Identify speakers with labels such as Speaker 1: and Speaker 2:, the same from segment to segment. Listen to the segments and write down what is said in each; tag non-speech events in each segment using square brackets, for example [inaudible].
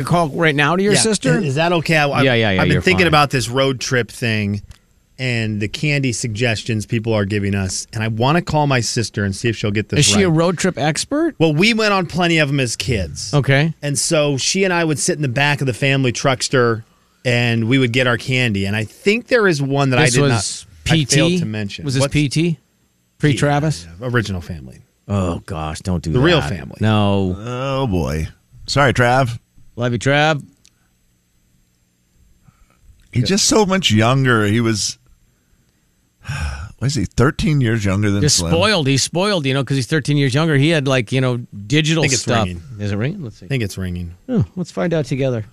Speaker 1: a call right now to your
Speaker 2: Yeah.
Speaker 1: sister?
Speaker 2: Is that okay? I,
Speaker 1: Yeah, yeah, yeah,
Speaker 2: I've been
Speaker 1: you're
Speaker 2: thinking
Speaker 1: fine.
Speaker 2: about this road trip thing and the candy suggestions people are giving us, and I want to call my sister and see if she'll get this
Speaker 1: Is she
Speaker 2: right.
Speaker 1: a road trip expert?
Speaker 2: well, we went on plenty of them as kids.
Speaker 1: Okay.
Speaker 2: And so she and I would sit in the back of the family truckster and we would get our candy. And I think there is one that I
Speaker 1: This
Speaker 2: did
Speaker 1: was
Speaker 2: not I
Speaker 1: PT.
Speaker 2: failed to mention.
Speaker 1: Was this
Speaker 2: What's-
Speaker 1: PT? Pre Travis?
Speaker 2: Original family.
Speaker 1: Oh gosh, don't do
Speaker 2: The
Speaker 1: that.
Speaker 2: real family.
Speaker 1: No,
Speaker 3: Oh boy. Sorry, Trav.
Speaker 1: love you, Trav.
Speaker 3: He's just so much younger. He was. [sighs] What is he? Thirteen years younger than
Speaker 1: Just
Speaker 3: Slim.
Speaker 1: spoiled. He's spoiled, you know, because he's 13 years younger. He had like you know digital
Speaker 2: Think it's
Speaker 1: stuff.
Speaker 2: ringing.
Speaker 1: Is it ringing? Let's see.
Speaker 2: I think it's ringing.
Speaker 1: Oh, let's find out together.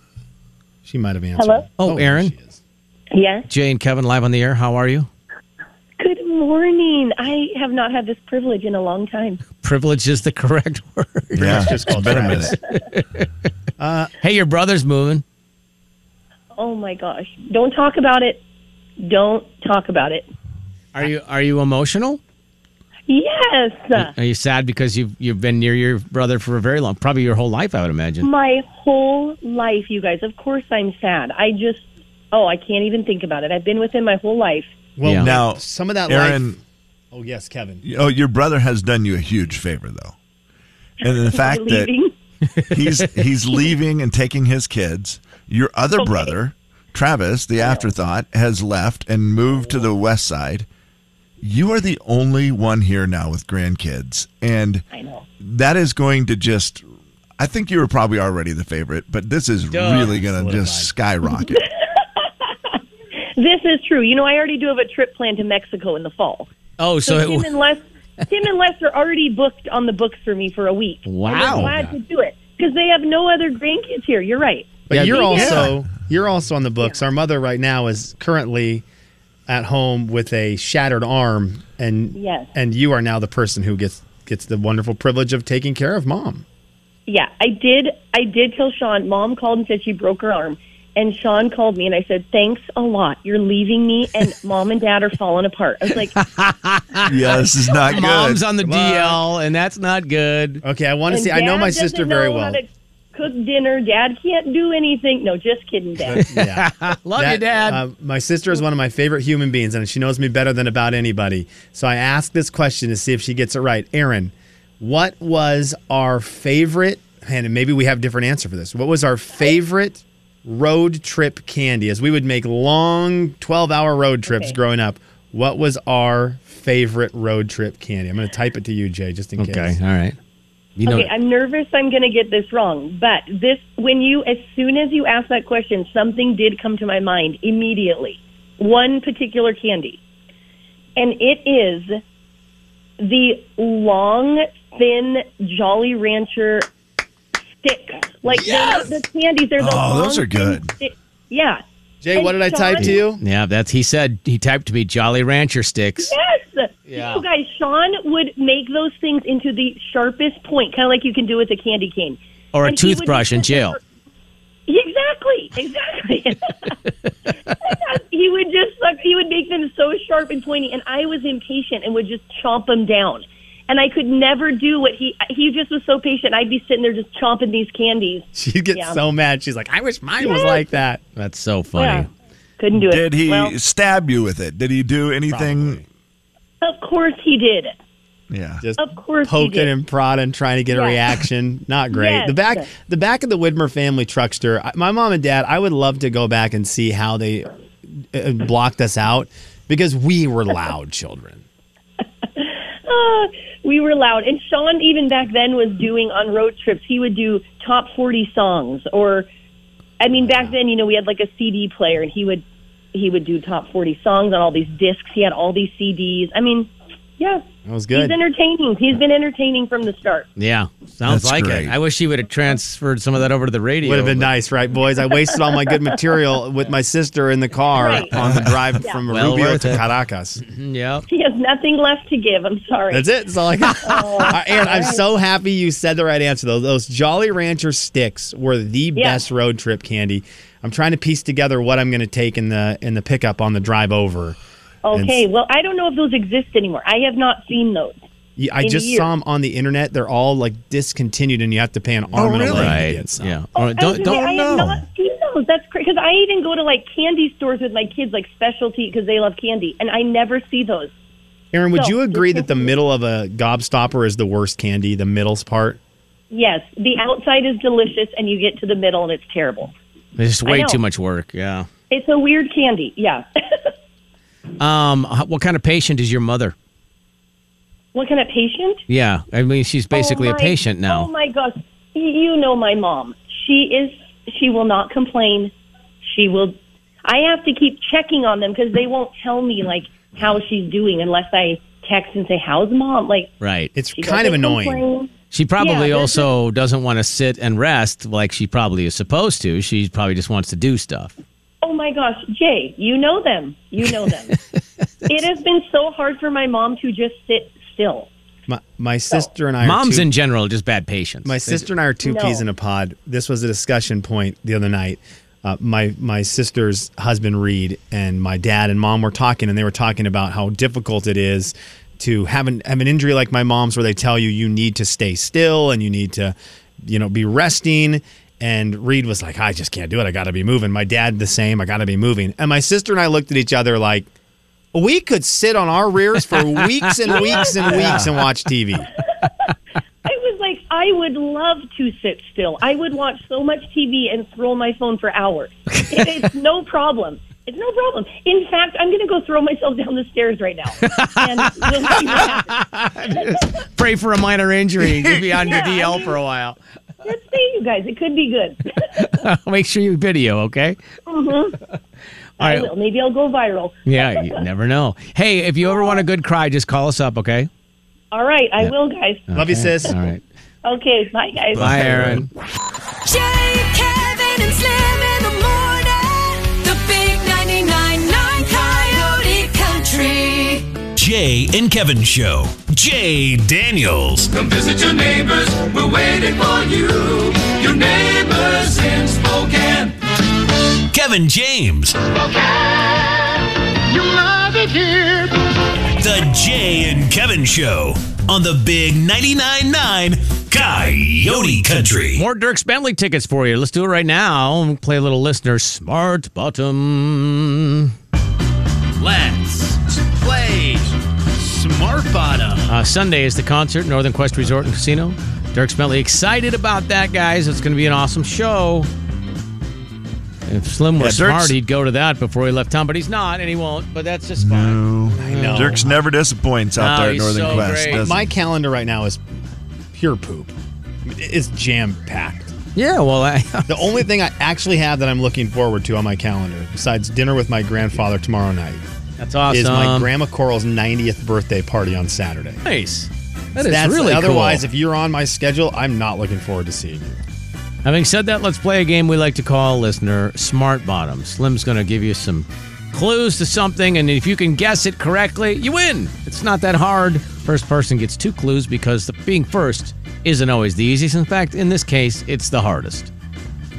Speaker 2: She might have answered.
Speaker 4: Hello?
Speaker 1: Oh,
Speaker 2: there
Speaker 1: Aaron?
Speaker 2: she is.
Speaker 4: Yes.
Speaker 1: Jay and Kevin live on the air. How are you?
Speaker 4: Good morning. I have not had this privilege in a long time.
Speaker 1: Privilege is the [laughs] correct word.
Speaker 3: Yeah,
Speaker 2: It's just called
Speaker 3: been
Speaker 2: [laughs]
Speaker 3: a
Speaker 2: Travis.
Speaker 3: minute.
Speaker 1: hey, your brother's moving.
Speaker 4: Oh my gosh. Don't talk about it. Don't talk about it.
Speaker 1: Are you are you emotional?
Speaker 4: Yes.
Speaker 1: Are you sad because you've you've been near your brother for a very long, probably your whole life, I would imagine.
Speaker 4: My whole life, you guys. Of course I'm sad. I just, oh, I can't even think about it. I've been with him my whole life.
Speaker 2: Well,
Speaker 1: Yeah.
Speaker 3: Now,
Speaker 2: some of that
Speaker 3: Aaron,
Speaker 2: life. Oh, yes, Kevin.
Speaker 3: oh, your brother has done you a huge favor though, and the fact that
Speaker 4: Leaving.
Speaker 3: [laughs] he's he's leaving and taking his kids. Your other brother, Travis, the afterthought, has left and moved to the west side. You are the only one here now with grandkids, and
Speaker 4: I know.
Speaker 3: that is going to just. I think you were probably already the favorite, but this is
Speaker 1: Duh.
Speaker 3: really going to
Speaker 1: [laughs]
Speaker 3: just skyrocket.
Speaker 4: This is true. You know, I already do have a trip planned to Mexico in the fall.
Speaker 1: Oh, so
Speaker 4: So Tim
Speaker 1: it,
Speaker 4: and Les, Tim and Les are already booked on the books for me for a week. And they're
Speaker 1: Wow.
Speaker 4: glad to do it because they have no other grandkids here. You're right.
Speaker 2: But
Speaker 1: Yeah,
Speaker 2: you're
Speaker 1: yeah.
Speaker 2: also you're also on the books. Our mother right now is currently at home with a shattered arm, and
Speaker 4: Yes.
Speaker 2: and you are now the person who gets gets the wonderful privilege of taking care of mom.
Speaker 4: Yeah, I did. I did tell Sean. Mom called and said she broke her arm, and Sean called me and I said, "Thanks a lot. You're leaving me,
Speaker 2: [laughs]
Speaker 4: and mom and dad are falling apart." I was like,
Speaker 3: yeah, this is not good.
Speaker 1: mom's on the
Speaker 2: luck.
Speaker 1: DL, and that's not good.
Speaker 2: Okay, I want to [laughs]
Speaker 4: and
Speaker 2: see. I know
Speaker 4: Dad
Speaker 2: my
Speaker 4: doesn't
Speaker 2: sister very
Speaker 4: know
Speaker 2: well.
Speaker 4: How to cook dinner. Dad can't do anything. No, just
Speaker 2: [laughs]
Speaker 4: kidding, Dad.
Speaker 2: Yeah.
Speaker 1: Love you,
Speaker 2: That-
Speaker 1: Dad.
Speaker 2: uh, my sister is one of my favorite human beings, and she knows me better than about anybody. So I asked this question to see if she gets it right. Aaron, what was our favorite? And maybe we have different answer for this. What was our favorite road trip candy? As we would make long twelve-hour road trips
Speaker 4: Okay.
Speaker 2: growing up. What was our favorite road trip candy? I'm going to type it to you, Jay, just in
Speaker 1: okay,
Speaker 2: case.
Speaker 1: all right. You know,
Speaker 4: okay, I'm nervous. I'm going to get this wrong, but this when you as soon as you asked that question, something did come to my mind immediately. One particular candy, and it is the long, thin Jolly Rancher sticks. Like they're not the candies, they're the
Speaker 3: Oh, those
Speaker 4: long,
Speaker 3: are good.
Speaker 4: thin stick- Yeah.
Speaker 2: Jay, what did I type to you? [laughs]
Speaker 1: yeah, that's he said. He typed to me Jolly Rancher sticks.
Speaker 4: Yes.
Speaker 1: Yeah.
Speaker 4: You guys, Sean would make those things into the sharpest point, kind of like you can do with a candy cane.
Speaker 1: Or a
Speaker 4: And he would
Speaker 1: toothbrush in
Speaker 4: just-
Speaker 1: jail.
Speaker 4: Exactly. Exactly. [laughs] he would just like he would make them so sharp and pointy, and I was impatient and would just chomp them down. And I could never do what he he just was so patient. I'd be sitting there just chomping these candies.
Speaker 2: She gets
Speaker 4: Yeah.
Speaker 2: so mad. She's like, I wish mine was like that.
Speaker 1: That's so funny.
Speaker 4: Couldn't do it.
Speaker 3: Did he
Speaker 4: Well,
Speaker 3: stab you with it? Did he do anything?
Speaker 4: of course he did.
Speaker 3: Yeah.
Speaker 2: Just
Speaker 4: Of course he
Speaker 2: poking
Speaker 4: did.
Speaker 2: and prodding, trying to get a
Speaker 4: Yes.
Speaker 2: reaction. Not great.
Speaker 4: Yes.
Speaker 2: The back, the back of the Widmer family truckster. I- My mom and dad. I would love to go back and see how they uh, blocked us out because we were
Speaker 4: [laughs]
Speaker 2: loud children.
Speaker 4: Ah, [gasps] we were loud. And Sean, even back then, was doing on road trips. He would do top 40 songs, or I mean, back then, you know, we had like a CD player, and he would he would do top 40 songs on all these discs. He had all these CDs. I mean, yeah,
Speaker 2: That was
Speaker 4: he's
Speaker 2: good.
Speaker 4: entertaining. He's been entertaining from the start. [laughs]
Speaker 1: Yeah, sounds
Speaker 3: That's
Speaker 1: like
Speaker 3: great.
Speaker 1: it. I wish he would have transferred some of that over to the radio.
Speaker 2: Would have been
Speaker 1: but-
Speaker 2: nice, right, boys? I wasted all my good material with my sister in the car
Speaker 4: Right.
Speaker 2: on the drive from
Speaker 1: Well
Speaker 2: Rubio
Speaker 1: worth
Speaker 2: to
Speaker 1: it.
Speaker 2: Caracas.
Speaker 1: Mm, Yeah.
Speaker 4: He has nothing left to give. I'm sorry.
Speaker 2: That's it. That's all I
Speaker 4: [laughs]
Speaker 2: got.
Speaker 4: Oh,
Speaker 2: [laughs] Uh, Aaron, I'm so happy you said the right answer, though. Those Jolly Rancher sticks were the
Speaker 4: Yeah.
Speaker 2: best road trip candy. I'm trying to piece together what I'm going to take in the in the pickup on the drive over.
Speaker 4: okay. Well, I don't know if those exist anymore. I have not seen those.
Speaker 2: You- I
Speaker 4: In a
Speaker 2: just
Speaker 4: year.
Speaker 2: saw them on the internet. They're all like discontinued, and you have to pay an arm and a
Speaker 3: really?
Speaker 2: leg to
Speaker 1: Oh, Right.
Speaker 2: get some.
Speaker 1: Yeah. All right.
Speaker 4: I
Speaker 1: Don't
Speaker 4: was gonna say,
Speaker 1: don't
Speaker 4: I have
Speaker 3: know.
Speaker 4: not seen those. That's because I even go to like candy stores with my kids, like specialty, because they love candy, and I never see those.
Speaker 2: Aaron, would
Speaker 4: So-
Speaker 2: you agree that the middle of a gobstopper is the worst candy? The middle's part.
Speaker 4: Yes, the outside is delicious, and you get to the middle, and it's terrible.
Speaker 1: There's just way
Speaker 4: know.
Speaker 1: too much work. Yeah.
Speaker 4: It's a weird candy. Yeah. [laughs]
Speaker 1: Um. h- What kind of patient is your mother?
Speaker 4: what kind of patient?
Speaker 1: Yeah. I mean, she's basically
Speaker 4: Oh
Speaker 1: a
Speaker 4: my-
Speaker 1: patient now.
Speaker 4: Oh my gosh. Y- You know my mom. She is she will not complain. She will I have to keep checking on them because they won't tell me like how she's doing unless I text and say how's mom like
Speaker 1: right.
Speaker 2: It's
Speaker 4: she
Speaker 2: kind of
Speaker 4: doesn't
Speaker 2: annoying.
Speaker 4: complain.
Speaker 1: She probably
Speaker 4: Yeah, there's
Speaker 1: also doesn't want to sit and rest like she probably is supposed to. She probably just wants to do stuff.
Speaker 4: Oh my gosh, Jay, you know them. You know
Speaker 1: [laughs]
Speaker 4: them. it has been so hard for my mom to just sit still.
Speaker 2: My, my sister and I.
Speaker 1: Moms
Speaker 2: are two,
Speaker 1: in general are just bad patients.
Speaker 2: My
Speaker 1: They-
Speaker 2: sister and I are two
Speaker 4: No.
Speaker 2: peas in a pod. This was a discussion point the other night. Uh, my my sister's husband Reed and my dad and mom were talking, and they were talking about how difficult it is to have an have an injury like my mom's, where they tell you you need to stay still and you need to, you know, be resting. And Reed was like, I just can't do it. I got to be moving. My dad the same. I got to be moving. And my sister and I looked at each other like. We could sit on our rears for weeks and weeks and weeks and watch TV.
Speaker 4: I was like, I would love to sit still. I would watch so much TV and throw my phone for hours. It- it's no problem. It's no problem. In fact, I'm going to go throw myself down the stairs right now. And we'll see what happens.
Speaker 1: pray for a minor injury. You'll be on
Speaker 2: [laughs]
Speaker 4: Yeah, I
Speaker 1: your DL
Speaker 4: mean-
Speaker 1: for a while. [laughs]
Speaker 4: Just saying, you guys, it could be good.
Speaker 1: Make sure you video, okay?
Speaker 2: Mm-hmm.
Speaker 1: All
Speaker 4: I
Speaker 1: right.
Speaker 4: will. Maybe I'll go viral.
Speaker 1: Yeah, you never know. Hey, if you ever want a good cry, just call us up, okay?
Speaker 4: All right, I will, guys.
Speaker 2: Love you, sis.
Speaker 1: All right.
Speaker 4: Okay, bye, guys.
Speaker 1: Bye, Aaron.
Speaker 5: Jay, Kevin, and Slim in the morning. The big 999 Coyote Country.
Speaker 6: Jay and Kevin Show. Jay Daniels.
Speaker 7: Come visit your neighbors. We're waiting for you. Your neighbors in Spokane.
Speaker 6: Kevin James.
Speaker 7: You love it here.
Speaker 6: The Jay and Kevin Show on the Big 99.9 9 Coyote Country.
Speaker 1: More Dirk Bentley tickets for you. Let's do it right now. We'll Play a little listener smart bottom.
Speaker 6: Let's play Smart Bottom.
Speaker 1: Uh, Sunday is the concert, Northern Quest Resort and Casino. Dirk Bentley excited about that, guys. It's going to be an awesome show. If Slim were
Speaker 3: Yeah,
Speaker 1: smart,
Speaker 3: Dirk's-
Speaker 1: he'd go to that before he left town, but he's not, and he won't. But that's just fine.
Speaker 2: No.
Speaker 3: Dirks never disappoints out
Speaker 1: No,
Speaker 3: there at
Speaker 1: he's
Speaker 3: Northern
Speaker 1: so
Speaker 3: Quest.
Speaker 1: great.
Speaker 3: doesn't
Speaker 2: My
Speaker 3: he?
Speaker 2: calendar right now is pure poop. It's jam packed.
Speaker 1: Yeah, well, I, [laughs]
Speaker 2: The only thing I actually have that I'm looking forward to on my calendar, besides dinner with my grandfather tomorrow night,
Speaker 1: that's awesome.
Speaker 2: is my Grandma Coral's 90th birthday party on Saturday.
Speaker 1: Nice. That is
Speaker 2: That's
Speaker 1: really
Speaker 2: Otherwise,
Speaker 1: cool.
Speaker 2: if you're on my schedule, I'm not looking forward to seeing you.
Speaker 1: Having said that, let's play a game we like to call listener Smart Bottom. Slim's going to give you some clues to something, and if you can guess it correctly, you win. It's not that hard. First person gets two clues because the, being first isn't always the easiest. In fact, in this case, it's the hardest.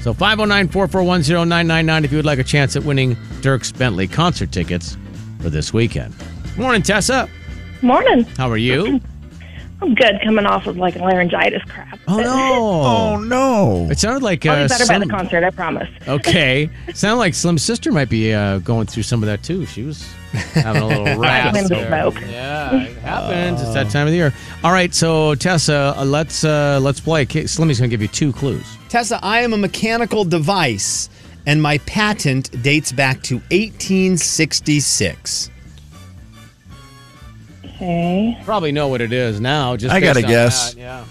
Speaker 1: So 509-441-0999 if you would like a chance at winning Dirks Bentley concert tickets for this weekend. Morning, Tessa.
Speaker 8: Morning.
Speaker 1: How
Speaker 8: [laughs]
Speaker 1: are you?
Speaker 8: I'm good coming off of like a laryngitis crap.
Speaker 1: Oh no.
Speaker 3: Oh no!
Speaker 1: It sounded like
Speaker 8: I'll
Speaker 1: uh,
Speaker 8: be better by
Speaker 1: some-
Speaker 8: the concert, I promise.
Speaker 1: Okay. Sounded like Slim's sister might be uh, going through some of that too. She was having a
Speaker 8: [laughs]
Speaker 1: little
Speaker 8: I'm in
Speaker 1: rash.
Speaker 8: the
Speaker 1: there.
Speaker 8: smoke.
Speaker 1: Yeah, it happens. it's that time of the year. All right, so Tessa, uh, let's uh, let's play. K- Slimmy's going to give you two clues.
Speaker 2: Tessa, I am a mechanical device, and my patent dates back to 1866.
Speaker 8: Okay.
Speaker 1: Probably know what it is now. Just
Speaker 3: I
Speaker 1: based
Speaker 3: gotta
Speaker 1: on
Speaker 3: guess.
Speaker 1: that, yeah.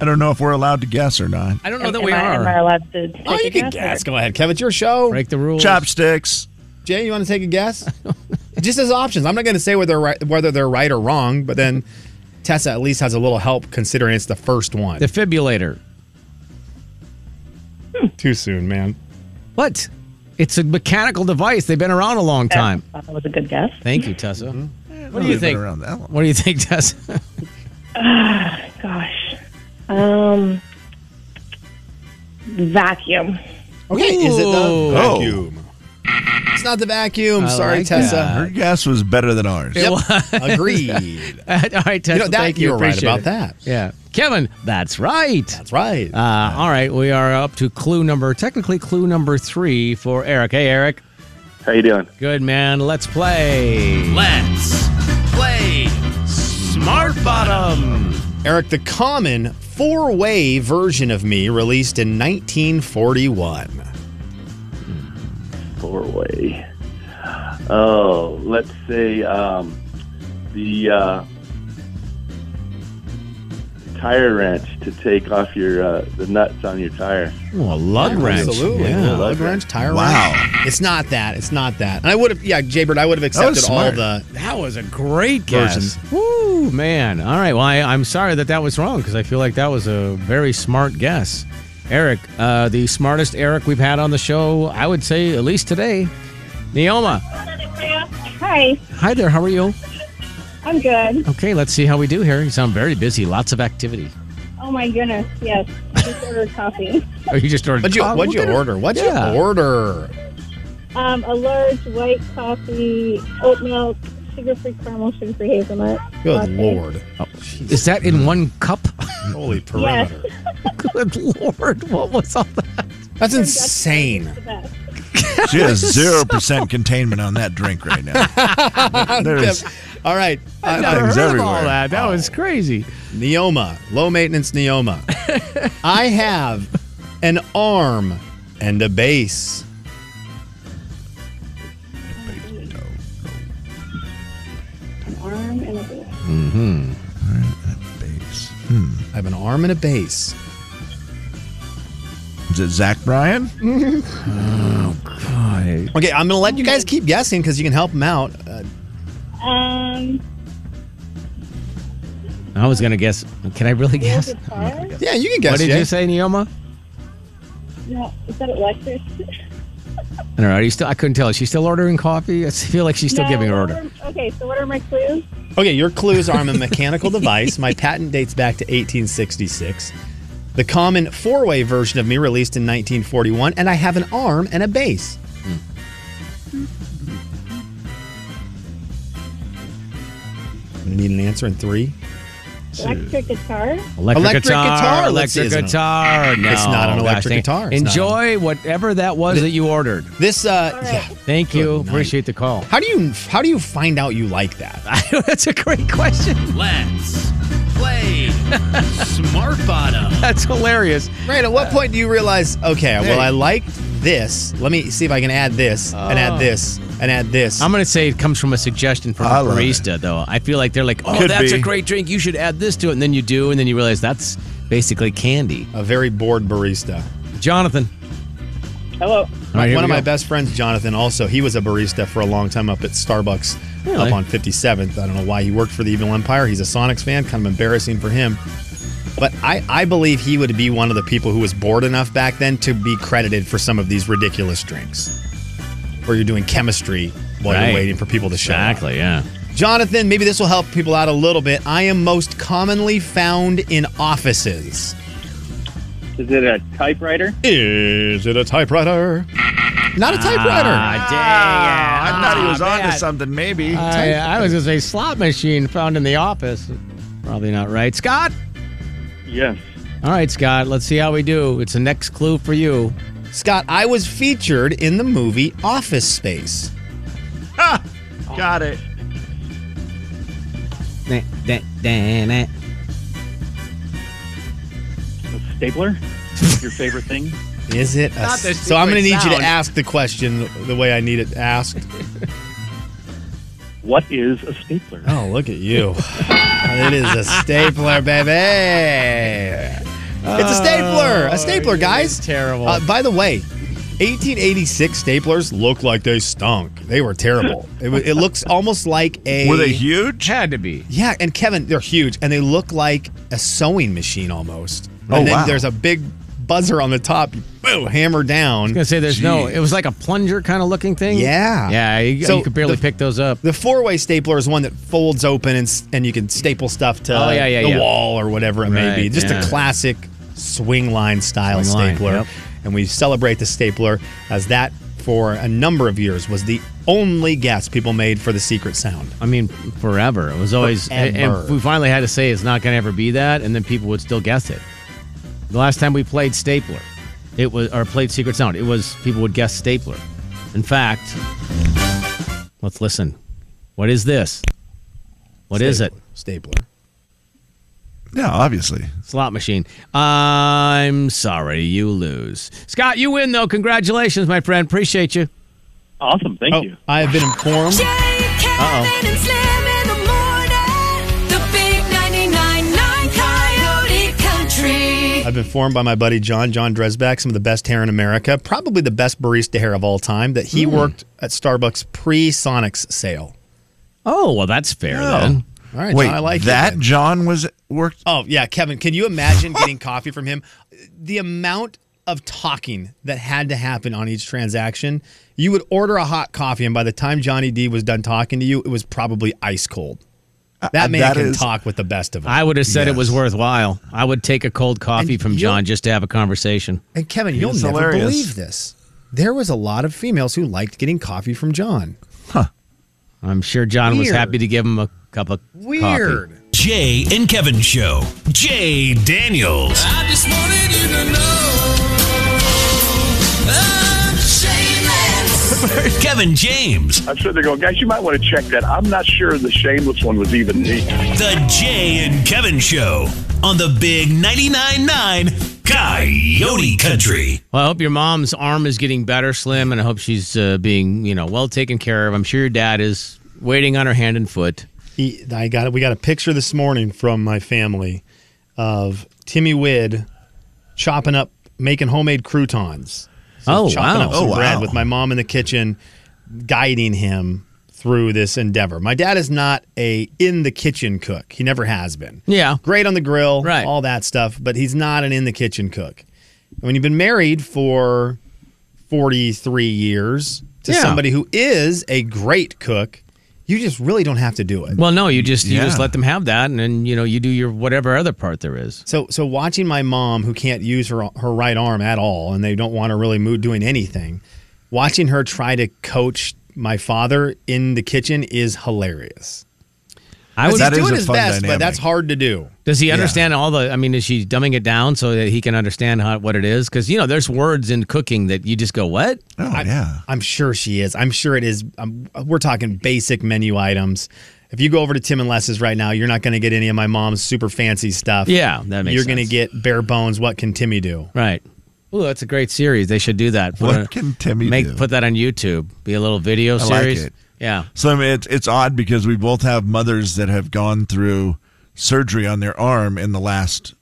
Speaker 3: I don't know if we're allowed to guess or not.
Speaker 1: I don't know
Speaker 8: Am,
Speaker 1: that we
Speaker 8: am I, am I
Speaker 1: are.
Speaker 8: allowed to take
Speaker 2: Oh,
Speaker 8: a
Speaker 2: you can
Speaker 8: guess?
Speaker 2: guess. Go ahead, Kevin. It's your show.
Speaker 1: Break the rules.
Speaker 3: Chopsticks.
Speaker 2: Jay, you want to take
Speaker 1: [laughs]
Speaker 2: a guess? Just as options. I'm not going to say whether right, whether they're right or wrong, but then Tessa at least has a little help considering it's the first one.
Speaker 1: Defibrillator.
Speaker 2: Too soon, man.
Speaker 1: What? It's a mechanical device. They've been around a long time.
Speaker 8: Or? That was a good guess.
Speaker 1: Thank you, Tessa.
Speaker 2: Mm-hmm.
Speaker 1: What do
Speaker 3: They've
Speaker 1: you
Speaker 3: been
Speaker 1: think?
Speaker 3: around that long.
Speaker 1: What do you think, Tessa?
Speaker 8: Gosh. Um. Vacuum.
Speaker 2: Okay, is it the
Speaker 1: Ooh.
Speaker 2: vacuum? It's not the vacuum.
Speaker 1: I
Speaker 2: Sorry,
Speaker 1: like
Speaker 3: Her
Speaker 2: Tessa.
Speaker 3: guess was better than ours.
Speaker 1: [laughs]
Speaker 2: Yep. Agreed.
Speaker 1: All right, Tessa,
Speaker 2: You know, that-
Speaker 1: thank you.
Speaker 2: you were right
Speaker 1: Appreciate
Speaker 2: about
Speaker 1: it.
Speaker 2: that.
Speaker 1: Yeah. Kevin, that's right.
Speaker 2: That's right.
Speaker 1: Uh, all right, we are up to clue number, technically clue number three for Eric. Hey, Eric.
Speaker 9: How you doing?
Speaker 1: Good man. Let's play
Speaker 6: Let's play.
Speaker 1: Smart Bottom.
Speaker 2: Eric, the common four way version of me released in 1941.
Speaker 9: Four way. Oh, let's say um, the uh, tire wrench to take off your uh, the nuts on your tire.
Speaker 1: Oh, a lug wrench.
Speaker 2: Absolutely.
Speaker 1: Yeah.
Speaker 2: Yeah, Lug wrench, tire
Speaker 3: Wow.
Speaker 2: wrench. It's not that. It's not that. And I would have, yeah, Jaybird, I would have
Speaker 3: That was
Speaker 2: accepted all
Speaker 3: smart.
Speaker 2: the.
Speaker 1: That was a great guess. Woo, man. All right. Well, I, I'm sorry that that was wrong because I feel like that was a very smart guess. Eric, uh, the smartest Eric we've had on the show, I would say, at least today. Neoma.
Speaker 8: Hi,
Speaker 1: Hi there. How are you?
Speaker 8: I'm good.
Speaker 1: Okay, let's see how we do here. You sound very busy. Lots of activity.
Speaker 8: Oh my goodness, yes. Just ordered coffee.
Speaker 1: Oh, you just ordered.
Speaker 2: What'd you,
Speaker 1: Oh,
Speaker 2: what'd
Speaker 1: look
Speaker 2: you
Speaker 1: at it.
Speaker 2: order? What'd
Speaker 1: Yeah.
Speaker 2: you order?
Speaker 8: Um, a large white coffee, oat milk, sugar free caramel, sugar free hazelnut. Um,
Speaker 2: Good
Speaker 8: latte.
Speaker 2: Lord.
Speaker 1: Oh. Is that in one cup? [laughs]
Speaker 2: Holy perimeter.
Speaker 1: Good lord, what was all that?
Speaker 2: That's insane.
Speaker 8: The
Speaker 1: [laughs]
Speaker 8: best.
Speaker 3: She has zero percent containment on that drink right
Speaker 1: [laughs]
Speaker 3: now. There's
Speaker 2: All right. Uh,
Speaker 1: Never
Speaker 3: things
Speaker 1: heard of all
Speaker 3: everywhere.
Speaker 1: that. That was crazy.
Speaker 2: Oh. Neoma, low
Speaker 1: [laughs]
Speaker 2: maintenance Neoma. I have an arm and a base.
Speaker 8: An arm and a base.
Speaker 3: base.
Speaker 2: I have an arm and a base.
Speaker 3: Is it Zach Bryan?
Speaker 2: Okay, I'm going to let you guys keep guessing because you can help them out. Uh,
Speaker 8: Um,
Speaker 1: I was gonna guess. Can I
Speaker 8: air
Speaker 1: really guess?
Speaker 8: guitar?
Speaker 2: Oh, yeah, you can guess.
Speaker 1: what did
Speaker 2: Jay.
Speaker 1: you say, Neoma?
Speaker 8: No, is that electric?
Speaker 1: I don't know. Are you still? I couldn't tell. Is she still ordering coffee? I feel like she's still
Speaker 8: No,
Speaker 1: giving her
Speaker 8: what
Speaker 1: order.
Speaker 8: are- Okay, so what are my clues?
Speaker 2: Okay, your clues are I'm a mechanical device. My patent dates back to 1866. The common four way version of me released in 1941, and I have an arm and a base. Hmm. I'm gonna need an answer in three.
Speaker 8: Electric guitar?
Speaker 1: Electric,
Speaker 2: Electric guitar, let's see,
Speaker 1: Electric
Speaker 2: isn't it?
Speaker 1: guitar. No,
Speaker 2: It's not an
Speaker 1: gosh,
Speaker 2: electric
Speaker 1: dang.
Speaker 2: guitar. It's not
Speaker 1: Enjoy whatever that was that you ordered.
Speaker 2: This, uh,
Speaker 8: right.
Speaker 2: yeah.
Speaker 1: Thank you.
Speaker 2: night.
Speaker 1: Appreciate the call. [laughs]
Speaker 2: How do you how do you find out you like that? [laughs]
Speaker 1: That's a great question.
Speaker 6: Let's play. Smart Bottom.
Speaker 1: That's hilarious.
Speaker 2: Right. At what point do you realize? Okay, well, I liked this. Let me see if I can add this and add this and add this.
Speaker 1: I'm gonna say it comes from a suggestion from
Speaker 3: I
Speaker 1: a
Speaker 3: love
Speaker 1: barista, though. I feel like they're like, "Oh,
Speaker 3: Could
Speaker 1: that's a
Speaker 3: be.
Speaker 1: great drink. You should add this to it," and then you do, and then you realize that's basically candy.
Speaker 2: a very bored barista.
Speaker 1: Jonathan,
Speaker 8: Hello.
Speaker 1: All right, here
Speaker 2: One
Speaker 1: we
Speaker 2: of my
Speaker 1: go.
Speaker 2: best friends, Jonathan, also, he was a barista for a long time up at Starbucks
Speaker 1: Really?
Speaker 2: up on 57th. I don't know why he worked for the Evil Empire. He's a Sonics fan, kind of embarrassing for him. But I, I believe he would be one of the people who was bored enough back then to be credited for some of these ridiculous drinks where you're doing chemistry while
Speaker 1: Right.
Speaker 2: you're waiting for people to show up.
Speaker 1: Exactly. Yeah.
Speaker 2: Jonathan, maybe this will help people out a little bit. I am most commonly found in offices.
Speaker 9: Is it a typewriter?
Speaker 2: Is it a typewriter? Not a typewriter.
Speaker 1: Ah, dang it.
Speaker 3: I thought he was
Speaker 1: Ah,
Speaker 3: onto
Speaker 1: man.
Speaker 3: something, maybe.
Speaker 1: I, I was gonna say slot machine found in the office. Probably not right, Scott.
Speaker 9: Yes.
Speaker 1: All right, Scott. Let's see how we do. It's the next clue for you.
Speaker 2: Scott, I was featured in the movie Office Space.
Speaker 3: Got it.
Speaker 1: Da- da- da- da.
Speaker 9: A stapler? Your favorite thing?
Speaker 2: Is it a
Speaker 1: Not the
Speaker 2: so? I'm going to need
Speaker 1: secret
Speaker 2: you
Speaker 1: sound.
Speaker 2: to ask the question the way I need it asked.
Speaker 9: What is a stapler?
Speaker 2: oh, look at you! [laughs] it is a stapler, baby. [laughs] It's a stapler, a stapler,
Speaker 1: you
Speaker 2: guys.
Speaker 1: did Oh, terrible.
Speaker 2: Uh, by the way, 1886 staplers look like they stunk. They were
Speaker 3: [laughs]
Speaker 2: terrible. it, wa- it looks almost like a.
Speaker 3: Were they huge?
Speaker 1: Had to be.
Speaker 2: Yeah, and Kevin, they're huge, and they look like a sewing machine almost.
Speaker 3: Oh,
Speaker 2: and then
Speaker 3: wow.
Speaker 2: there's a big buzzer on the top. You boom, hammer down.
Speaker 1: I was gonna say there's no.
Speaker 3: Jeez.
Speaker 1: It was like a plunger kind of looking thing.
Speaker 2: Yeah.
Speaker 1: Yeah. You,
Speaker 2: So
Speaker 1: you could barely
Speaker 2: the-
Speaker 1: pick those up.
Speaker 2: The four-way stapler is one that folds open and s- and you can staple stuff to
Speaker 1: Oh, yeah, yeah,
Speaker 2: the
Speaker 1: yeah.
Speaker 2: wall or whatever it
Speaker 1: Right,
Speaker 2: may be. Just
Speaker 1: yeah.
Speaker 2: a classic swing line style
Speaker 1: Swing line,
Speaker 2: stapler.
Speaker 1: yep.
Speaker 2: And we celebrate the stapler as that for a number of years was the only guess people made for the secret sound.
Speaker 1: I mean, forever. It was always, and- and
Speaker 2: Forever.
Speaker 1: we finally had to say it's not going to ever be that, and then people would still guess it. The last time we played Stapler, it was or played Secret Sound, it was people would guess Stapler. In fact, let's listen. What is this? What is it?
Speaker 2: Stapler.
Speaker 3: Yeah, obviously.
Speaker 1: Slot machine. I'm sorry, you lose. Scott, you win though. Congratulations, my friend. Appreciate you.
Speaker 9: Awesome. Thank
Speaker 2: Oh, I have been informed.
Speaker 5: Jay, Kevin, and Slim in the morning. The big 99.9 Coyote Country.
Speaker 2: I've been informed by my buddy John, John Dresback, some of the best hair in America, probably the best barista hair of all time, that
Speaker 1: Hmm.
Speaker 2: he worked at Starbucks pre Sonics sale.
Speaker 1: Oh well, that's fair then.
Speaker 2: All right,
Speaker 3: Wait,
Speaker 2: John, I like
Speaker 3: that
Speaker 2: you, man.
Speaker 3: John was worked.
Speaker 2: Oh yeah, Kevin, can you imagine getting coffee from him? The amount of talking that had to happen on each transaction. You would order a hot coffee, and by the time Johnny D was done talking to you, it was probably ice cold. That man
Speaker 3: Uh, that
Speaker 2: can
Speaker 3: is-
Speaker 2: talk with the best of them.
Speaker 1: I would have said it was
Speaker 3: Yes.
Speaker 1: worthwhile. I would take a cold coffee
Speaker 2: And
Speaker 1: from
Speaker 2: you'll-
Speaker 1: John just to have a conversation.
Speaker 2: and Kevin, you'll
Speaker 3: is
Speaker 2: never
Speaker 3: hilarious.
Speaker 2: believe this. There was a lot of females who liked getting coffee from John.
Speaker 1: I'm sure John was
Speaker 2: Weird.
Speaker 1: happy to give him a cup of
Speaker 2: Weird.
Speaker 1: coffee.
Speaker 6: Jay and Kevin Show. Jay Daniels.
Speaker 7: I just wanted you to know. I'm
Speaker 6: [laughs]
Speaker 7: shameless.
Speaker 6: Kevin James.
Speaker 9: I'm sure they're going, guys, you might want to check that. I'm not sure the shameless one was even me.
Speaker 6: The Jay and Kevin Show on the Big 99.9 Coyote Country.
Speaker 1: Well, I hope your mom's arm is getting better, Slim, and I hope she's uh, being you know well taken care of. I'm sure your dad is waiting on her hand and foot.
Speaker 2: He, I got we got a picture this morning from my family of Timmy Widd chopping up, making homemade croutons.
Speaker 1: Oh,
Speaker 2: chopping
Speaker 1: wow.
Speaker 2: up some
Speaker 3: Oh,
Speaker 2: bread
Speaker 3: wow.
Speaker 2: with my mom in the kitchen, guiding him through this endeavor. My dad is not a in the kitchen cook. He never has been.
Speaker 1: Yeah.
Speaker 2: Great on the grill,
Speaker 1: Right.
Speaker 2: all that stuff, but he's not an in the kitchen cook. And when you've been married for 43 years to
Speaker 1: Yeah.
Speaker 2: somebody who is a great cook, you just really don't have to do it.
Speaker 1: Well, no, you just you just
Speaker 3: Yeah.
Speaker 1: let them have that, and then you know you do your whatever other part there is.
Speaker 2: So, so watching my mom, who can't use her her right arm at all, and they don't want her really move, doing anything, watching her try to coach my father in the kitchen is hilarious.
Speaker 1: I would.
Speaker 3: That
Speaker 2: He's
Speaker 3: is
Speaker 2: doing
Speaker 3: a
Speaker 2: his
Speaker 3: fun
Speaker 2: best, but
Speaker 3: dynamic.
Speaker 2: that's hard to do.
Speaker 1: Does he understand all the? I mean, is she dumbing it down so that he can understand how, what it is? Because you know, there's words in cooking that you just go, "What?"
Speaker 3: Oh yeah.
Speaker 2: I'm sure she is. I'm sure it is. Um, we're talking basic menu items. If you go over to Tim and Les's right now, you're not going to get any of my mom's super fancy stuff.
Speaker 1: Yeah, that makes.
Speaker 2: you're going to
Speaker 1: sense.
Speaker 2: get bare bones. What can Timmy do?
Speaker 1: right. Ooh, that's a great series. They should do that. Put
Speaker 3: What
Speaker 1: a-
Speaker 3: can Timmy
Speaker 1: make
Speaker 3: do?
Speaker 1: put that on YouTube? Be a little video
Speaker 3: like
Speaker 1: series.
Speaker 3: it.
Speaker 1: Yeah.
Speaker 3: So I mean, it's it's odd because we both have mothers that have gone through surgery on their arm in the last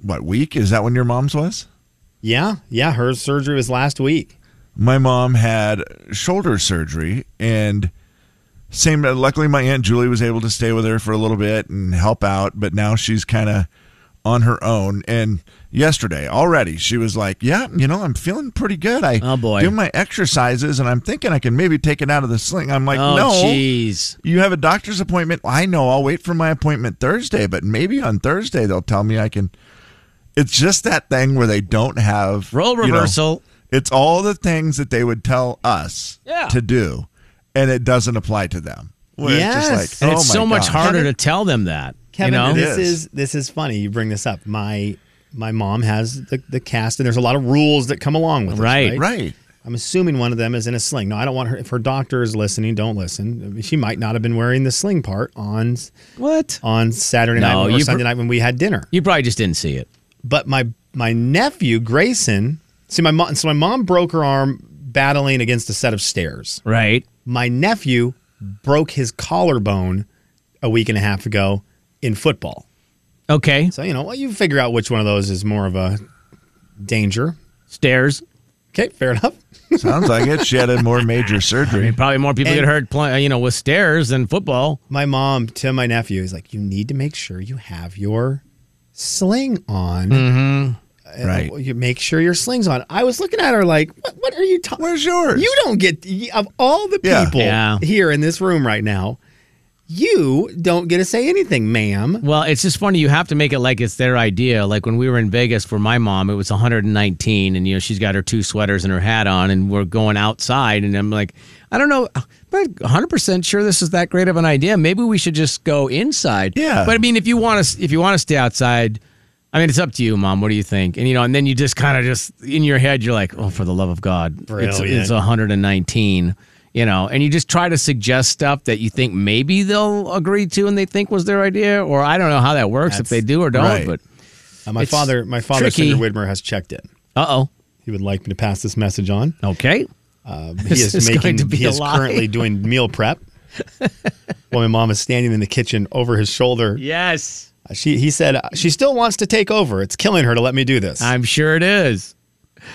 Speaker 3: what week? Is that when your mom's was?
Speaker 2: Yeah, yeah. Her surgery was last week.
Speaker 3: My mom had shoulder surgery and same luckily my aunt Julie was able to stay with her for a little bit and help out, but now she's kind of on her own and yesterday already she was like, "Yeah, you know, I'm feeling pretty good. I
Speaker 1: Oh, boy.
Speaker 3: do my exercises and I'm thinking I can maybe take it out of the sling." I'm like,
Speaker 1: Oh,
Speaker 3: "No."
Speaker 1: jeez.
Speaker 3: you have a doctor's appointment. I know I'll wait for my appointment Thursday, but maybe on Thursday they'll tell me I can. It's just that thing where they don't have
Speaker 1: Role
Speaker 3: you know,
Speaker 1: reversal.
Speaker 3: it's all the things that they would tell us
Speaker 1: Yeah.
Speaker 3: to do, and it doesn't apply to them. Where
Speaker 2: Yes.
Speaker 3: it's just
Speaker 1: And
Speaker 3: like, oh
Speaker 1: it's
Speaker 3: my
Speaker 1: so much
Speaker 3: gosh.
Speaker 1: harder
Speaker 2: Kevin-
Speaker 1: to tell them that.
Speaker 2: Kevin,
Speaker 1: you know?
Speaker 2: this
Speaker 3: It is.
Speaker 2: is. this is funny. You bring this up. My my mom has the, the cast, and there's a lot of rules that come along with this.
Speaker 1: Right.
Speaker 2: Right.
Speaker 3: Right.
Speaker 2: I'm assuming one of them is in a sling. No, I don't want her. If her doctor is listening, don't listen. I mean, she might not have been wearing the sling part on
Speaker 1: What?
Speaker 2: on Saturday
Speaker 1: No,
Speaker 2: night
Speaker 1: you
Speaker 2: or
Speaker 1: pr-
Speaker 2: Sunday night when we had dinner.
Speaker 1: You probably just didn't see it.
Speaker 2: But my my nephew Grayson, see my mom. So my mom broke her arm battling against a set of stairs.
Speaker 1: Right.
Speaker 2: My nephew broke his collarbone a week and a half ago in football.
Speaker 1: Okay.
Speaker 2: So you know, well, you figure out which one of those is more of a danger.
Speaker 1: Stairs.
Speaker 2: Okay, fair enough.
Speaker 3: Sounds like it. She had a more major surgery.
Speaker 1: [laughs] Probably more people
Speaker 2: And-
Speaker 1: get hurt, play, you know, with stairs than football.
Speaker 2: My mom to my nephew is like, you need to make sure you have your sling on.
Speaker 3: Mm-hmm.
Speaker 2: Uh,
Speaker 3: Right.
Speaker 2: You make sure your sling's on. I was looking at her like, what, what are you talking?
Speaker 3: Where's yours?
Speaker 2: You don't get of all the
Speaker 3: Yeah.
Speaker 2: people
Speaker 1: Yeah.
Speaker 2: here in this room right now. You don't get to say anything, ma'am.
Speaker 1: Well, it's just funny. You have to make it like it's their idea. Like when we were in Vegas for my mom, it was 119, and you know she's got her two sweaters and her hat on, and we're going outside, and I'm like, I don't know, I'm not 100 percent sure this is that great of an idea. Maybe we should just go inside.
Speaker 3: Yeah.
Speaker 1: But I mean, if you want to, if you want to stay outside, I mean, it's up to you, mom. What do you think? And you know, and then you just kind of just in your head, you're like, oh, for the love of God, it's,
Speaker 2: Brilliant.
Speaker 1: it's 119. You know, and you just try to suggest stuff that you think maybe they'll agree to, and they think was their idea, or I don't know how that works if
Speaker 2: That's
Speaker 1: they do or don't.
Speaker 3: right.
Speaker 1: But
Speaker 2: Uh, my
Speaker 1: It's
Speaker 2: father, my father,
Speaker 1: tricky.
Speaker 2: Senator Widmer, has checked in.
Speaker 1: uh
Speaker 2: He would like me to pass this message on.
Speaker 1: oh, okay,
Speaker 2: Uh, he
Speaker 1: This
Speaker 2: is,
Speaker 1: is
Speaker 2: making.
Speaker 1: going to be
Speaker 2: he
Speaker 1: a
Speaker 2: is
Speaker 1: lie.
Speaker 2: currently doing
Speaker 1: [laughs]
Speaker 2: meal prep. While my mom is standing in the kitchen over his shoulder,
Speaker 1: yes,
Speaker 2: Uh, she he said uh, she still wants to take over. It's killing her to let me do this.
Speaker 1: I'm sure it is. [laughs]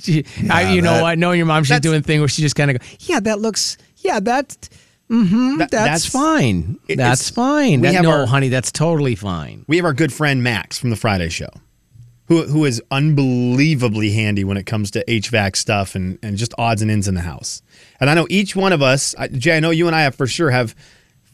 Speaker 1: She- I, you know
Speaker 3: that-
Speaker 1: what? Knowing your mom, she's
Speaker 2: That's-
Speaker 1: doing a thing where she just kind of go, yeah, that looks, yeah, that, mm-hmm,
Speaker 2: That-
Speaker 1: that's,
Speaker 2: that's-
Speaker 1: fine,
Speaker 2: it-
Speaker 1: that's
Speaker 2: it's-
Speaker 1: fine.
Speaker 2: we
Speaker 1: That,
Speaker 2: have
Speaker 1: no,
Speaker 2: our-
Speaker 1: honey, that's totally fine.
Speaker 2: we have our good friend Max from the Friday Show, who who is unbelievably handy when it comes to HVAC stuff and and just odds and ends in the house. And I know each one of us, I- Jay, I know you and I have for sure have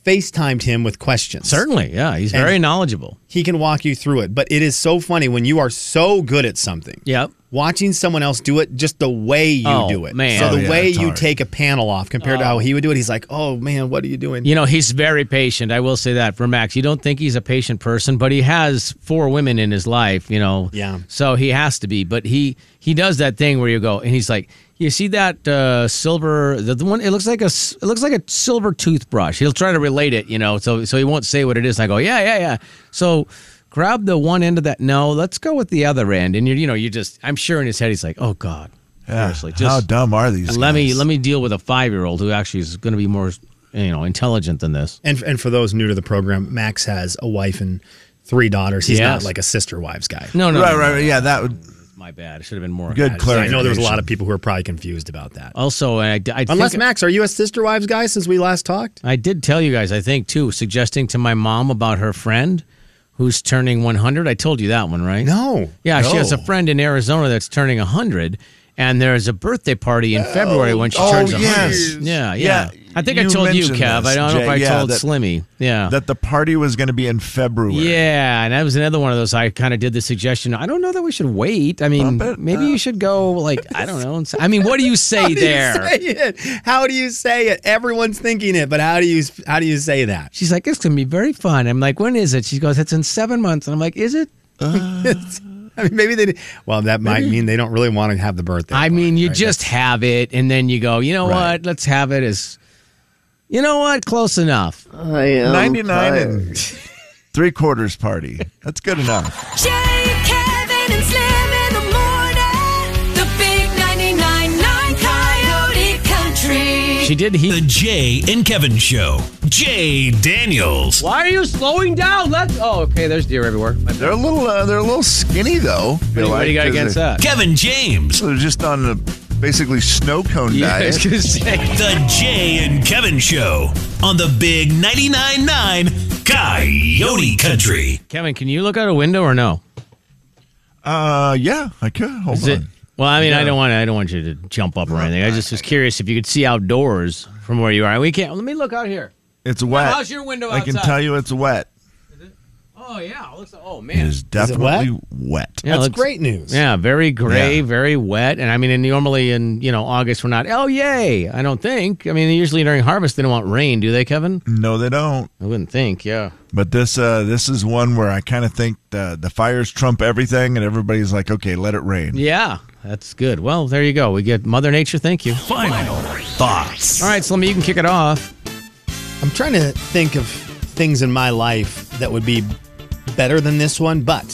Speaker 2: FaceTimed him with questions.
Speaker 1: Certainly, yeah, he's
Speaker 2: And-
Speaker 1: very knowledgeable.
Speaker 2: he can walk you through it. But it is so funny when you are so good at something.
Speaker 1: Yep.
Speaker 2: Watching someone else do it, just the way you
Speaker 1: Oh,
Speaker 2: do it.
Speaker 1: man.
Speaker 2: So
Speaker 1: Oh,
Speaker 2: the
Speaker 3: yeah,
Speaker 2: way
Speaker 3: it's
Speaker 2: you
Speaker 3: hard.
Speaker 2: take a panel off compared to how he would do it, he's like, "Oh man, what are you doing?"
Speaker 1: You know, he's very patient. I will say that for Max. You don't think he's a patient person, but he has four women in his life, you know.
Speaker 2: Yeah.
Speaker 1: So he has to be, but he he does that thing where you go and he's like, "You see that uh, silver the, the one it looks like a s- it looks like a silver toothbrush." He'll try to relate it, you know. So so he won't say what it is. And I go, "Yeah, yeah, yeah." So grab the one end of that. No, let's go with the other end. And you you know, you just I'm sure in his head he's like, "Oh god."
Speaker 3: Yeah.
Speaker 1: Seriously. Just
Speaker 3: How dumb are these?
Speaker 1: let me
Speaker 3: guys?
Speaker 1: let me deal with a 5-year-old who actually is going to be more, you know, intelligent than this.
Speaker 2: And and for those new to the program, Max has a wife and three daughters. He's
Speaker 1: Yes.
Speaker 2: not like a sister wives guy.
Speaker 1: No, no,
Speaker 3: Right,
Speaker 1: no, no.
Speaker 3: right, right. Yeah, that would
Speaker 1: My bad. It should have been more.
Speaker 3: good
Speaker 1: honest.
Speaker 2: I
Speaker 3: clarification.
Speaker 2: know there's a lot of people who are probably confused about that.
Speaker 1: Also, I, I
Speaker 2: Unless
Speaker 1: think-
Speaker 2: Max, are you a sister wives guy since we last talked?
Speaker 1: I did tell you guys, I think too, suggesting to my mom about her friend who's turning 100. I told you that one, right?
Speaker 2: No.
Speaker 1: Yeah, she has a
Speaker 3: No.
Speaker 1: friend in Arizona that's turning 100, and there's a birthday party in February when she
Speaker 3: oh,
Speaker 1: turns 100.
Speaker 3: yes.
Speaker 1: Yeah, yeah,
Speaker 3: Yeah,
Speaker 1: I think I
Speaker 3: you
Speaker 1: told you,
Speaker 3: mentioned
Speaker 1: Kev. I
Speaker 3: this,
Speaker 1: don't know if
Speaker 3: Jay.
Speaker 1: I
Speaker 3: Yeah,
Speaker 1: told
Speaker 3: that-
Speaker 1: Slimmy. Yeah.
Speaker 3: that the party was going to be in February.
Speaker 1: yeah, and that was another one of those. I kind of did the suggestion. I don't know that we should wait. I mean,
Speaker 3: Bump it
Speaker 1: maybe you should go like I don't know. and say- I mean, what do you
Speaker 2: [laughs]
Speaker 1: say
Speaker 2: How Uh. do you
Speaker 1: there?
Speaker 2: say it? How do you say it? Everyone's thinking it, but how do you how do you say that?
Speaker 1: She's like, it's gonna be very fun. I'm like, when is it? She goes, it's in seven months. And I'm like, is it?
Speaker 2: I mean, maybe they. did- Well, that might mean they don't really want to have the birthday.
Speaker 1: I
Speaker 2: party,
Speaker 1: mean, you
Speaker 2: right?
Speaker 1: just have it, and then you go, you know
Speaker 2: Right.
Speaker 1: what? Let's have it as, you know what? Close enough.
Speaker 3: ninety nine and [laughs] three quarters party. That's good enough.
Speaker 5: Jay, Kevin, and Slim in the morning. The big 99.9 Coyote Country.
Speaker 1: She did. He.
Speaker 6: The Jay and Kevin Show. Jay Daniels.
Speaker 1: Why are you slowing down? Let's. Oh, okay. There's deer everywhere. What
Speaker 3: They're a little uh, they're a little skinny though.
Speaker 1: do you- what do you got against
Speaker 2: [laughs]
Speaker 1: that?
Speaker 6: Kevin James.
Speaker 3: So they're just on a basically snow cone
Speaker 1: Yeah, [laughs] I was
Speaker 3: diet.
Speaker 1: gonna say.
Speaker 6: The Jay and Kevin Show on the Big 99.9 Coyote Country.
Speaker 1: Kevin, can you look out a window or no?
Speaker 3: Uh, yeah, I could hold
Speaker 1: Is
Speaker 3: on.
Speaker 1: it? Well, I mean, I don't want to. I don't want you to jump up or anything. I just was curious if you could see outdoors from where you are. We can't. Let me look out here.
Speaker 3: It's wet.
Speaker 1: Uh, how's your window
Speaker 3: I can
Speaker 1: outside?
Speaker 3: tell you it's wet.
Speaker 1: Oh yeah. it Looks, oh
Speaker 3: It
Speaker 1: man.
Speaker 3: is definitely wet.
Speaker 1: Yeah, it
Speaker 2: That's
Speaker 1: looks-
Speaker 2: great news.
Speaker 1: Yeah, very gray,
Speaker 3: Yeah.
Speaker 1: very wet. And I mean, and normally in you know August we're not. Oh yay! I don't think. I mean, usually during harvest they don't want rain, do they, Kevin?
Speaker 3: No, they don't.
Speaker 1: I wouldn't think. Yeah.
Speaker 3: But this uh, this is one where I kind of think the the fires trump everything, and everybody's like, okay, let it rain.
Speaker 1: Yeah, that's good. Well, there you go. We get Mother Nature. Thank you.
Speaker 6: Final thoughts.
Speaker 1: All right, Slim, you can kick it off.
Speaker 2: I'm trying to think of things in my life that would be better than this one, but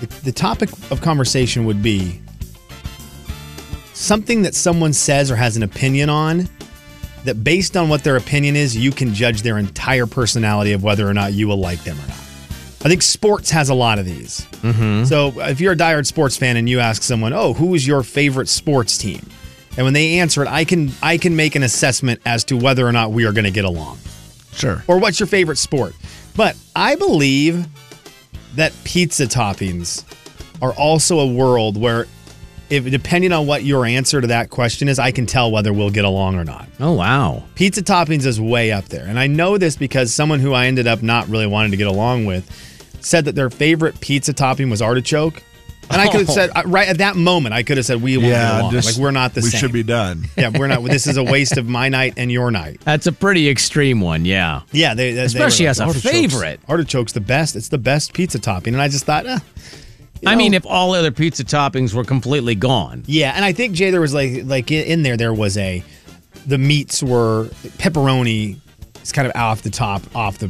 Speaker 2: the, the topic of conversation would be something that someone says or has an opinion on. That based on what their opinion is, you can judge their entire personality of whether or not you will like them or not. I think sports has a lot of these. So if you're a diehard sports fan and you ask someone, "Oh, who is your favorite sports team?" and when they answer it, I can I can make an assessment as to whether or not we are going to get along
Speaker 3: Sure.
Speaker 2: or what's your favorite sport. But I believe that pizza toppings are also a world where if depending on what your answer to that question is, I can tell whether we'll get along or not.
Speaker 1: Oh, wow.
Speaker 2: Pizza toppings is way up there. And I know this because someone who I ended up not really wanting to get along with said that their favorite pizza topping was artichoke. And I could have
Speaker 1: Oh.
Speaker 2: said uh, right at that moment, I could have said we won't get
Speaker 3: Yeah,
Speaker 2: along.
Speaker 3: just,
Speaker 2: like we're not the
Speaker 3: we
Speaker 2: same.
Speaker 3: should
Speaker 2: [laughs]
Speaker 3: be done.
Speaker 2: Yeah, we're not. This is a waste of my night and your night.
Speaker 1: That's a pretty extreme one, yeah.
Speaker 2: Yeah, they, they- they
Speaker 1: Especially
Speaker 2: were
Speaker 1: as a
Speaker 2: "Artichoke's-
Speaker 1: favorite."
Speaker 2: Artichoke's the best. It's the best pizza topping, and I just thought, eh, you
Speaker 1: I
Speaker 2: know.
Speaker 1: mean, if all other pizza toppings were completely gone.
Speaker 2: yeah. And I think Jay, there was like like i- in there, there was a the meats were pepperoni is kind of off the top, off the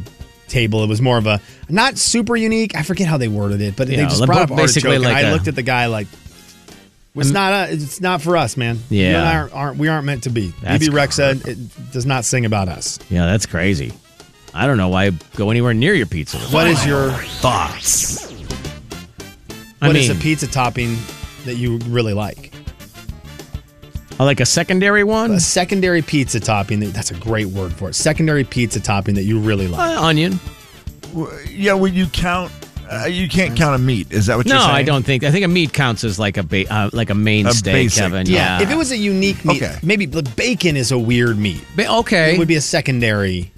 Speaker 2: table. It was more of a not super unique. I forget how they worded it, but they
Speaker 1: Yeah,
Speaker 2: just
Speaker 1: like
Speaker 2: brought up artichoke,
Speaker 1: basically
Speaker 2: and
Speaker 1: like
Speaker 2: I
Speaker 1: a- Mm.
Speaker 2: looked at the guy like. It's not a, it's not for us, man. You
Speaker 1: Yeah.
Speaker 2: and I aren't, aren't- we aren't meant to be. E
Speaker 1: That's
Speaker 2: BB Rexa it does not sing about us.
Speaker 1: Yeah, that's crazy. I don't know why I'd go anywhere near your pizza.
Speaker 2: What is your
Speaker 6: Thoughts.
Speaker 1: I
Speaker 2: What
Speaker 1: mean,
Speaker 2: is a pizza topping that you really like?
Speaker 1: oh, like a secondary one?
Speaker 2: A secondary pizza topping. That, that's a great word for it. Secondary pizza topping that you really like.
Speaker 1: Uh, onion.
Speaker 3: Yeah, when you count, uh, you can't count a meat. Is that what
Speaker 1: No,
Speaker 3: you're saying?
Speaker 1: I don't think. I think a meat counts as like a ba- uh, like a mainstay,
Speaker 3: basic.
Speaker 1: Kevin.
Speaker 2: yeah.
Speaker 1: Yeah.
Speaker 2: If it was a unique meat,
Speaker 3: Okay.
Speaker 2: maybe the bacon is a weird meat.
Speaker 1: Ba- okay.
Speaker 2: It would be a secondary.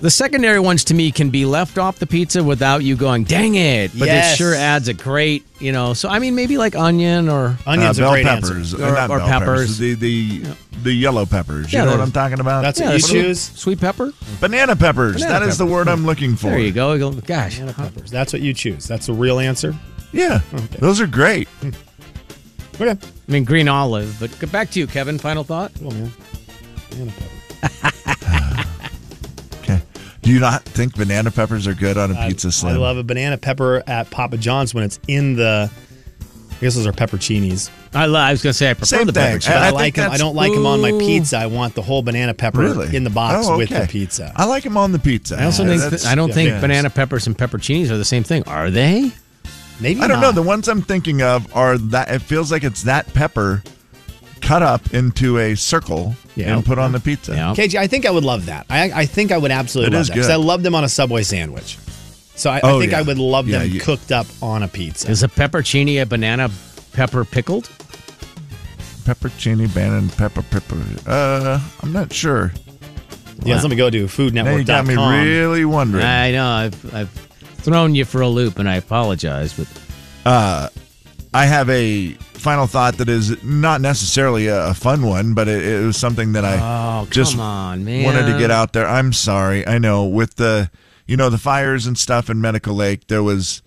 Speaker 1: the secondary ones to me can be left off the pizza without you going, "Dang it!" But
Speaker 2: Yes.
Speaker 1: it sure adds a great, you know. So I mean, maybe like onion or
Speaker 3: Uh,
Speaker 2: Onions are
Speaker 3: bell
Speaker 2: great answer.
Speaker 3: peppers
Speaker 1: Or-
Speaker 3: not
Speaker 1: or
Speaker 3: bell peppers.
Speaker 1: peppers.
Speaker 3: The the the yellow peppers.
Speaker 1: Yeah,
Speaker 3: you know what
Speaker 1: those-
Speaker 3: I'm talking about?
Speaker 2: That's
Speaker 1: Yeah,
Speaker 2: what you
Speaker 1: sweet-
Speaker 2: choose.
Speaker 1: sweet pepper.
Speaker 3: banana peppers. That is
Speaker 1: Banana
Speaker 3: the
Speaker 1: pepper.
Speaker 3: word I'm looking for.
Speaker 1: There you go. You go, Gosh,
Speaker 2: Peppers. That's what you choose. That's the real answer.
Speaker 3: Yeah, those are great.
Speaker 2: Okay.
Speaker 1: I mean, green olive. But get back to you, Kevin. Final thought.
Speaker 2: Cool, man. Banana pepper.
Speaker 3: Okay. Do you not think banana peppers are good on a pizza
Speaker 2: I
Speaker 3: slim?
Speaker 2: love a banana pepper at Papa John's when it's in the. I guess those are pepperoncinis.
Speaker 1: I, lo- I was gonna say I prefer
Speaker 3: Same
Speaker 1: the
Speaker 3: thing.
Speaker 1: pepper.
Speaker 2: But
Speaker 3: I
Speaker 2: I,
Speaker 3: think
Speaker 2: like them. I
Speaker 3: that's-
Speaker 2: don't like them on my
Speaker 1: Ooh.
Speaker 2: pizza. I want the whole banana pepper
Speaker 3: Really?
Speaker 2: in the box
Speaker 3: Oh,
Speaker 2: with the
Speaker 3: okay.
Speaker 2: pizza.
Speaker 3: I like them on the pizza.
Speaker 1: I also
Speaker 3: Yeah,
Speaker 1: think
Speaker 3: that's-
Speaker 1: I don't
Speaker 2: yeah.
Speaker 1: think
Speaker 3: yeah.
Speaker 1: banana peppers and pepperoncinis are the same thing, are they?
Speaker 2: Maybe
Speaker 3: I don't know.
Speaker 2: not.
Speaker 3: The ones I'm thinking of are that it feels like it's that pepper cut up into a circle
Speaker 1: Yeah.
Speaker 3: and put on the pizza.
Speaker 1: Yeah.
Speaker 2: KJ, I think I would love that. I, I think I would absolutely
Speaker 3: It
Speaker 2: love
Speaker 3: is
Speaker 2: that because
Speaker 3: good.
Speaker 2: I love them on a Subway sandwich. So I, I
Speaker 3: Oh,
Speaker 2: think I
Speaker 3: yeah.
Speaker 2: would love
Speaker 3: Yeah,
Speaker 2: them
Speaker 3: you-
Speaker 2: cooked up on a pizza.
Speaker 1: Is a pepperoncini a banana pepper pickled?
Speaker 3: Peppercini, banana, pepper, pepper. Uh, I'm not sure.
Speaker 2: yeah, let me go to
Speaker 3: Now you got me
Speaker 2: foodnetwork.com.
Speaker 3: really wondering.
Speaker 1: I know I've, I've thrown you for a loop, and I apologize, but
Speaker 3: I have a final thought that is not necessarily a, a fun one, but it, it was something that I
Speaker 1: oh, come
Speaker 3: just
Speaker 1: on, man!
Speaker 3: wanted to get out there. I'm sorry. I know with the you know the fires and stuff in Medical Lake, there was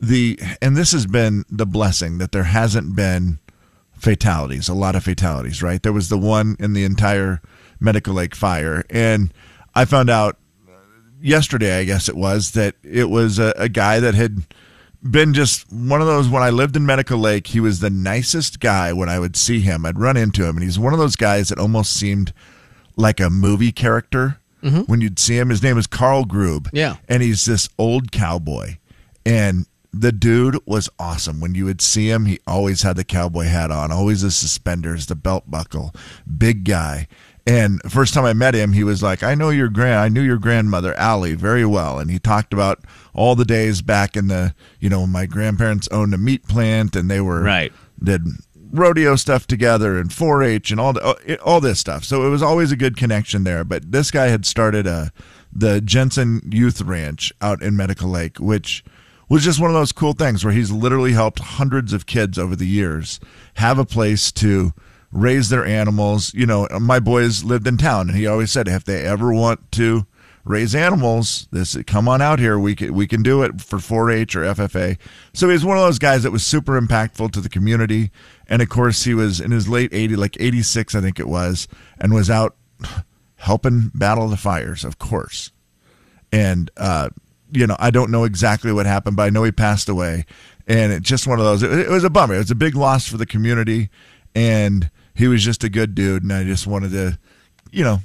Speaker 3: the and this has been the blessing that there hasn't been fatalities, a lot of fatalities, right? There was the one in the entire Medical Lake fire and I found out yesterday, I guess it was, that it was a, a guy that had been just one of those. When I lived in Medical Lake, he was the nicest guy when I would see him. I'd run into him, and he's one of those guys that almost seemed like a movie character when you'd see him. His name is Carl Grube.
Speaker 1: Yeah.
Speaker 3: And he's this old cowboy. And the dude was awesome. When you would see him, he always had the cowboy hat on, always the suspenders, the belt buckle, big guy. And first time I met him, he was like, "I know your grand, I knew your grandmother Allie very well," and he talked about all the days back in the, you know, when my grandparents owned a meat plant and they were
Speaker 1: Right.
Speaker 3: did rodeo stuff together and 4-H and all the, all this stuff. So it was always a good connection there. But this guy had started a the Jensen Youth Ranch out in Medical Lake, which was just one of those cool things where he's literally helped hundreds of kids over the years have a place to raise their animals. You know, my boys lived in town, and he always said if they ever want to raise animals. This come on out here. We can we can do it for 4-H or FFA. So he was one of those guys that was super impactful to the community. And of course, he was in his late 80s, like 86, I think it was, and was out [sighs] helping battle the fires, of course. And uh, you know, I don't know exactly what happened, but I know he passed away. And it's just one of those. It, it was a bummer. It was a big loss for the community, and he was just a good dude. And I just wanted to, you know,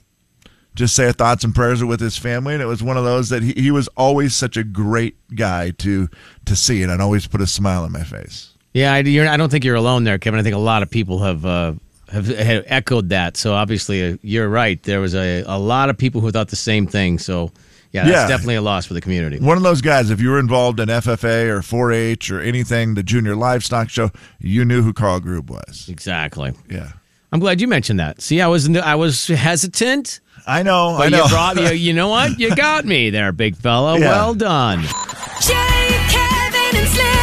Speaker 3: just say our thoughts and prayers with his family. And it was one of those that he, he was always such a great guy to to see, and it always put a smile on my face.
Speaker 1: yeah, I, you're, I don't think you're alone there, Kevin. I think a lot of people have uh, have, have echoed that. So obviously, uh, you're right. There was a, a lot of people who thought the same thing. So Yeah, that's
Speaker 3: Yeah.
Speaker 1: definitely a loss for the community.
Speaker 3: One of those guys, if you were involved in FFA or 4 H or anything, the junior livestock show, you knew who Carl Grube was.
Speaker 1: Exactly.
Speaker 3: Yeah.
Speaker 1: I'm glad you mentioned that. See, I was I was hesitant.
Speaker 3: I know.
Speaker 1: But
Speaker 3: I know.
Speaker 1: you brought
Speaker 3: [laughs]
Speaker 1: you, you know what? You got me there, big fella.
Speaker 3: Yeah.
Speaker 1: Well done.
Speaker 5: Jay, Kevin, and Slim